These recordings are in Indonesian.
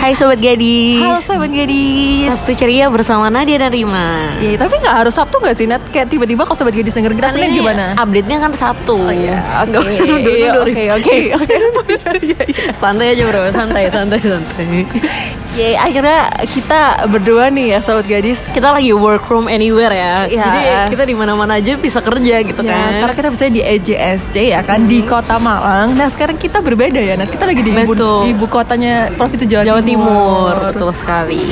Hai Sobat Gadis Halo Sobat Gadis Sabtu ceria bersama Nadia dan Rima Ya tapi nggak harus Sabtu nggak sih Nat? Kayak tiba-tiba kalau Sobat Gadis denger kita Kan Senin ini gimana? Update-nya kan Sabtu Oh iya Nggak usah ya? Oke, iya, nundur-nundur Oke oke oke. Santai aja bro, santai, santai, santai Ya akhirnya kita berdua nih ya Sobat Gadis Kita lagi work from anywhere ya, Iya. Jadi kita di mana mana aja bisa kerja gitu Ya, kan karena kita bisa di EJSJ ya kan di Kota Malang. Nah sekarang kita berbeda ya, Nat. Kita lagi di ibu, Betul. ibu kotanya provinsi Jawa, Jawa Timur, betul sekali.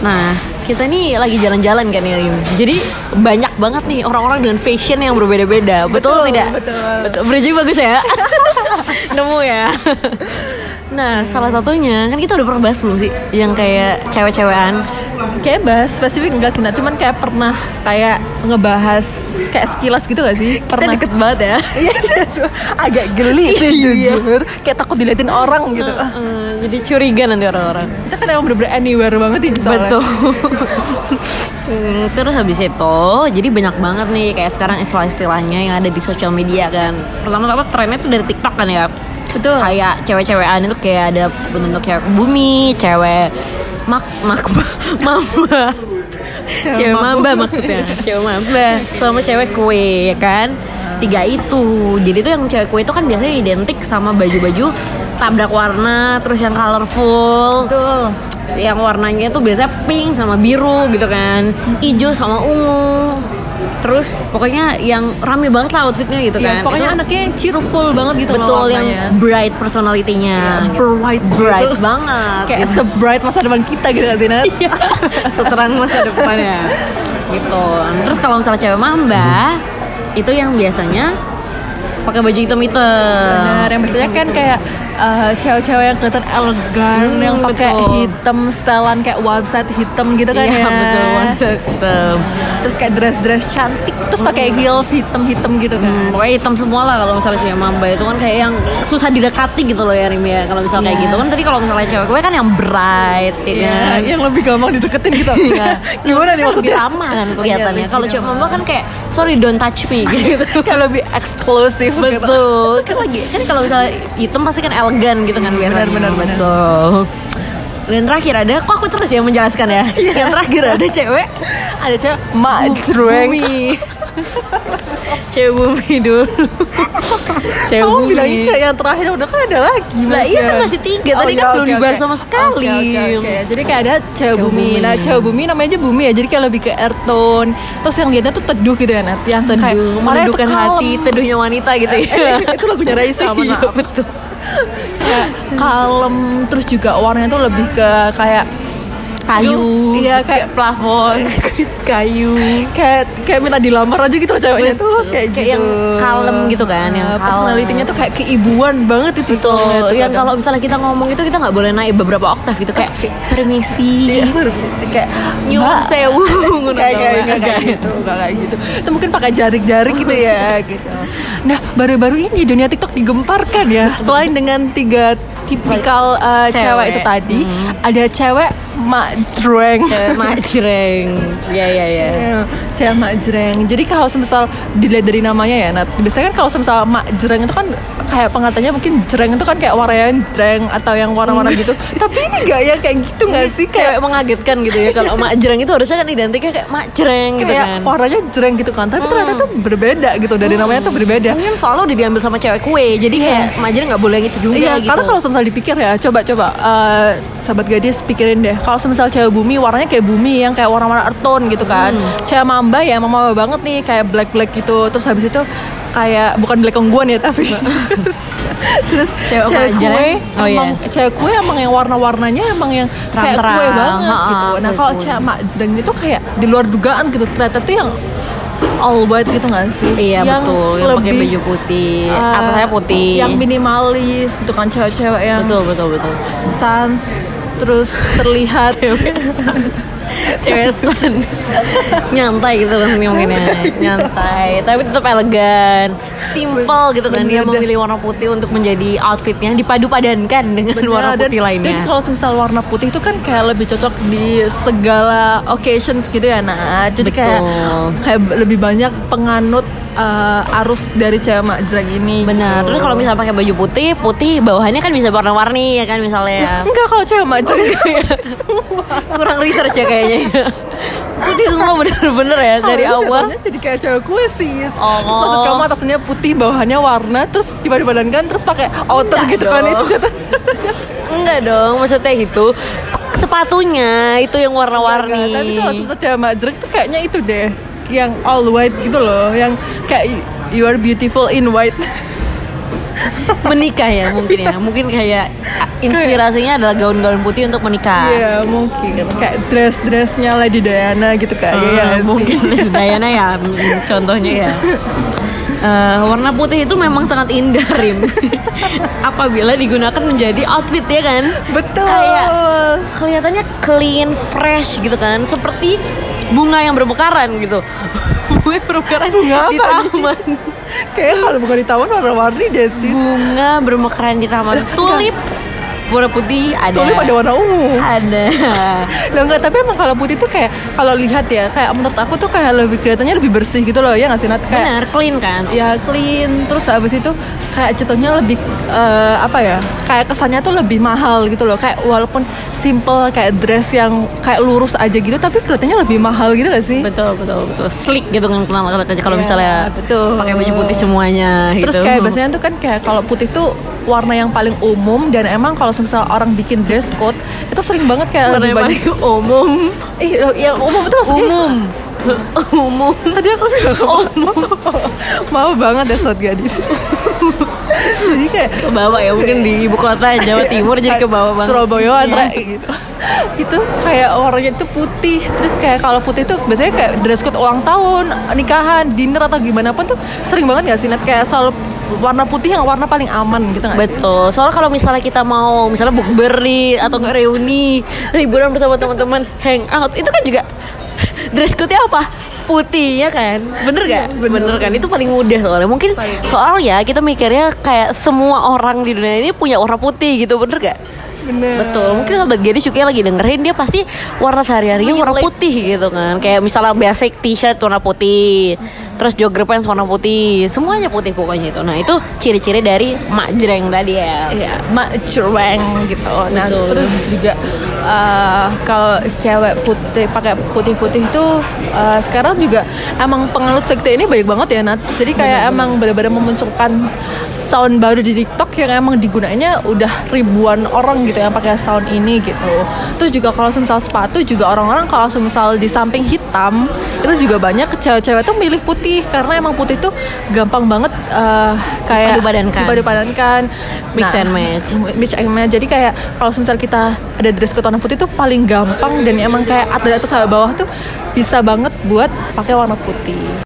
Nah, kita nih lagi jalan-jalan kan ya, Rim. Jadi banyak banget nih orang-orang dengan fashion yang berbeda-beda. Betul, tidak? betul. Betul. Bridging bagus ya. Nemu ya. Nah, salah satunya kan kita udah pernah bahas belum sih yang kayak cewek-cewekan. Kayak bahas spesifik enggak sih, Nat. Cuman kayak pernah kayak ngebahas kayak sekilas gitu gak sih? Kita Pernah deket banget ya. Iya, agak geli sih jujur kayak takut diliatin orang gitu Eh, jadi curiga nanti orang-orang. kita kan emang bener-bener anywhere banget ini soalnya Betul. Hmm, Terus habis itu, jadi banyak banget nih kayak sekarang istilah-istilahnya yang ada di sosial media kan. Pertama-tama trennya tuh dari TikTok kan ya. Betul. Kayak cewek-cewekan itu kayak ada sebut untuk cewek bumi, cewek mak makba, mamba. Cewek mamba. mamba maksudnya, cewek mamba sama cewek kue ya kan. Ah. Tiga itu. Jadi tuh yang cewek kue itu kan biasanya identik sama baju-baju tabrak warna, terus yang colorful betul yang warnanya itu biasanya pink sama biru gitu kan hijau sama ungu terus pokoknya yang rame banget lah outfitnya gitu kan Iya, pokoknya Itu anaknya yang cheerful banget gitu betul sama yang warnanya. bright personality-nya gitu. bright gitu. bright banget Iya, kayak se-bright masa depan kita gitu gak sih Nat? seterang masa depan ya gitu terus kalau misalnya cewek mamba itu yang biasanya pakai baju hitam hitam Benar, yang biasanya kan kayak eh, cewek-cewek yang kelihatan elegan Hmm, yang pakai betul. hitam setelan kayak one side hitam gitu kan ya Iya, betul one system terus kayak dress-dress cantik terus pakai heels hitam-hitam gitu kan Hmm, pokoknya hitam semua lah kalau misalnya cewek mamba itu kan kayak yang susah didekati gitu loh ya Rim ya kalau misalnya kayak Iya. gitu kan tadi kalau misalnya cewek gue kan yang bright ya kan Iya, yang lebih gampang dideketin gitu. Iya. Gimana nih Kan lebih maksudnya? ramah kan kelihatannya Iya, kalau lebih cewek mamba kan kayak sorry don't touch me gitu ramah. kayak lebih eksklusif gitu. betul kan lagi kan kalau misalnya hitam pasti kan elegan gitu kan biasanya benar, benar. betul dan terakhir ada kok aku terus yang menjelaskan ya yang terakhir ada cewek Ada cewek mak jreng. bumi cewek bumi dulu cewek Kamu bumi bilangin cewek yang terakhir udah kan ada lagi. Lah Mas, iya ya? kan masih tiga, tadi iya, kan belum oke, dibahas oke. sama sekali. Oke, oke, oke. Jadi kayak ada cewek bumi. Nah, cewek bumi namanya aja bumi ya. Jadi kayak lebih ke earth tone. Terus yang lihatnya tuh teduh gitu ya, Nat. Yang kayak teduh orangnya tuh menundukkan kalem. hati teduhnya wanita gitu ya Eh, itu lagunya Raisa, mohon Iya, maaf. betul Kayak kalem terus juga warnanya tuh lebih ke kayak kayu Iya, kayak plafon kayu kayak kayak minta dilamar aja gitu loh ceweknya tuh Iya. kayak, Kayak gitu. yang kalem gitu kan, yang Nah, kalem. personality-nya tuh kayak keibuan banget itu betul ceweknya tuh yang kadang. kalau misalnya kita ngomong itu kita nggak boleh naik beberapa oktav gitu kayak permisi kayak nyuwun Iya. "Mbak," sewu kayak ngono tau kayak kayak- nggak? kayak gitu kayak kayak gitu itu mungkin pakai jarik-jarik gitu ya gitu nah baru-baru ini dunia TikTok digemparkan ya selain dengan tiga tipikal uh, Cewek. Hmm. cewek. itu tadi ada cewek mak dreng Cewek majreng ya ya ya Iya, cewek mak jreng. Jadi kalau semisal dilihat dari namanya ya, Nat. Biasanya kan kalau semisal mak jreng itu kan kayak pengatannya mungkin jreng itu kan kayak warnanya jreng atau yang warna-warna Hmm. gitu. Tapi ini gak ya kayak gitu gak sih? cewek Kayak mengagetkan gitu ya kalau majreng itu harusnya kan identiknya kayak majreng gitu kayak kan warnanya jreng gitu kan. Tapi ternyata tuh berbeda gitu dari namanya tuh berbeda. mungkin soalnya udah diambil sama cewek kue jadi kayak majreng nggak boleh yang itu juga Iya, gitu karena kalau semisal dipikir ya, coba-coba eh, sahabat gadis pikirin deh. Kalau semisal cewek bumi, warnanya kayak bumi yang kayak warna-warna earth tone gitu kan. Hmm. Cewek mamba ya, emang mamba banget nih, kayak black black gitu. Terus habis itu kayak bukan black ungguan ya tapi terus Cewek apa cewek, aja? kue Oh, iya. emang cewek kue emang yang warna-warnanya emang yang kayak Terang-terang. kue banget Ha-ha, gitu. Nah kue-kue. kalau cewek mak jreng itu kayak di luar dugaan gitu ternyata tuh yang all white gitu gak sih? Iya Yang betul, yang pakai lebih, baju putih, eh, atasnya putih. Yang minimalis gitu kan cewek-cewek yang betul betul betul. sans terus terlihat Cewek sans. nyantai gitu kan ngomonginnya, nyantai. Tapi tetap elegan, simple gitu kan. Dia Bener, dan- memilih warna putih untuk menjadi outfitnya dipadu padankan dengan warna Nah, dan- putih lainnya. Dan kalau misal warna putih itu kan kayak lebih cocok di segala occasions gitu ya, nah. Jadi kayak Betul. kayak lebih banyak penganut eh, arus dari cewek majreng ini. gitu. Benar. Terus kalau misalnya pakai baju putih, putih bawahannya kan bisa warna-warni ya kan misalnya. Enggak kalau cewek majreng Oh. Kurang research ya kayaknya. putih semua bener-bener ya dari Oh, awal. jadi kayak cewek kue sis. Oh. Terus maksud kamu atasannya putih, bawahannya warna, terus dibanding-bandingkan terus pakai outer Enggak gitu kan dong. itu jatuh. Enggak dong, maksudnya gitu. Sepatunya itu yang warna-warni. Tapi kalau sebesar cewek majreng tuh kayaknya itu deh yang all white gitu loh, yang kayak you are beautiful in white. menikah ya mungkin ya. Mungkin kayak inspirasinya adalah gaun-gaun putih untuk menikah. Iya mungkin kayak dress dressnya Lady Diana gitu kayak ya Eh, nggak sih? mungkin Dayana ya mm, contohnya ya. Eh, warna putih itu memang sangat indah Rim apabila digunakan menjadi outfit ya kan betul kayak kelihatannya clean fresh gitu kan seperti bunga yang bermekaran gitu bunga yang bermekaran di apa? taman kayak kalau bukan di taman warna-warni deh sis bunga bermekaran di taman tulip warna putih ada tulip ada warna ungu ada Loh enggak, tapi emang kalau putih tuh kayak kalau lihat ya, kayak menurut aku tuh kayak lebih kelihatannya lebih bersih gitu loh ya nggak sih Nat? Kayak benar clean kan ya clean terus habis itu kayak jatuhnya lebih eh, apa ya kayak kesannya tuh lebih mahal gitu loh kayak walaupun simple kayak dress yang kayak lurus aja gitu tapi kelihatannya lebih mahal gitu gak sih betul betul betul sleek gitu kan kenal kenal aja kalau Iya, misalnya betul. pakai baju putih semuanya Terus gitu. kayak biasanya tuh kan kayak kalau putih tuh warna yang paling umum dan emang kalau misal orang bikin dress code itu sering banget kayak Warna lebih yang banyak paling umum Ih, loh, yang umum itu maksudnya umum umum Oh, Tadi aku bilang umum Mau banget ya sobat gadis Jadi kayak ke bawah ya mungkin di ibu kota Jawa Timur jadi ke bawah banget Surabaya Iya. Andre gitu. itu kayak orangnya itu putih terus kayak kalau putih tuh biasanya kayak dress code ulang tahun nikahan dinner atau gimana pun tuh sering banget gak sih Nat kayak selalu warna putih yang warna paling aman gitu nggak sih? Betul. Soalnya kalau misalnya kita mau misalnya bukber nih atau nggak reuni, liburan bersama teman-teman, hangout, itu kan juga dress code-nya apa? Putih ya kan? Bener gak? Iya, bener. kan? Itu paling mudah soalnya. Mungkin soalnya kita mikirnya kayak semua orang di dunia ini punya warna putih gitu, bener gak? Bener. Betul. Mungkin sobat Gadis juga yang lagi dengerin dia pasti warna sehari-harinya warna putih gitu kan. Kayak misalnya basic t-shirt warna putih. Terus jogger pants warna putih. Semuanya putih pokoknya itu. Nah, itu ciri-ciri dari mak jreng tadi ya. Iya, mak curang gitu. Nah, Betul. terus juga eh, kalau cewek putih pakai putih-putih itu eh, sekarang juga emang pengalut sekte ini banyak banget ya, Nat. Jadi kayak emang benar-benar memunculkan sound baru di TikTok yang emang digunainnya udah ribuan orang gitu yang pakai sound ini gitu. Terus juga kalau semisal sepatu juga orang-orang kalau semisal di samping hitam itu juga banyak cewek-cewek tuh milih putih karena emang putih tuh gampang banget eh, kayak Dipadu-padankan. dipadu-padankan. Mix and match. Nah, Mix and match. Jadi kayak kalau misal kita ada dress code warna putih tuh paling gampang dan emang kayak atas atas sampai bawah tuh bisa banget buat pakai warna putih.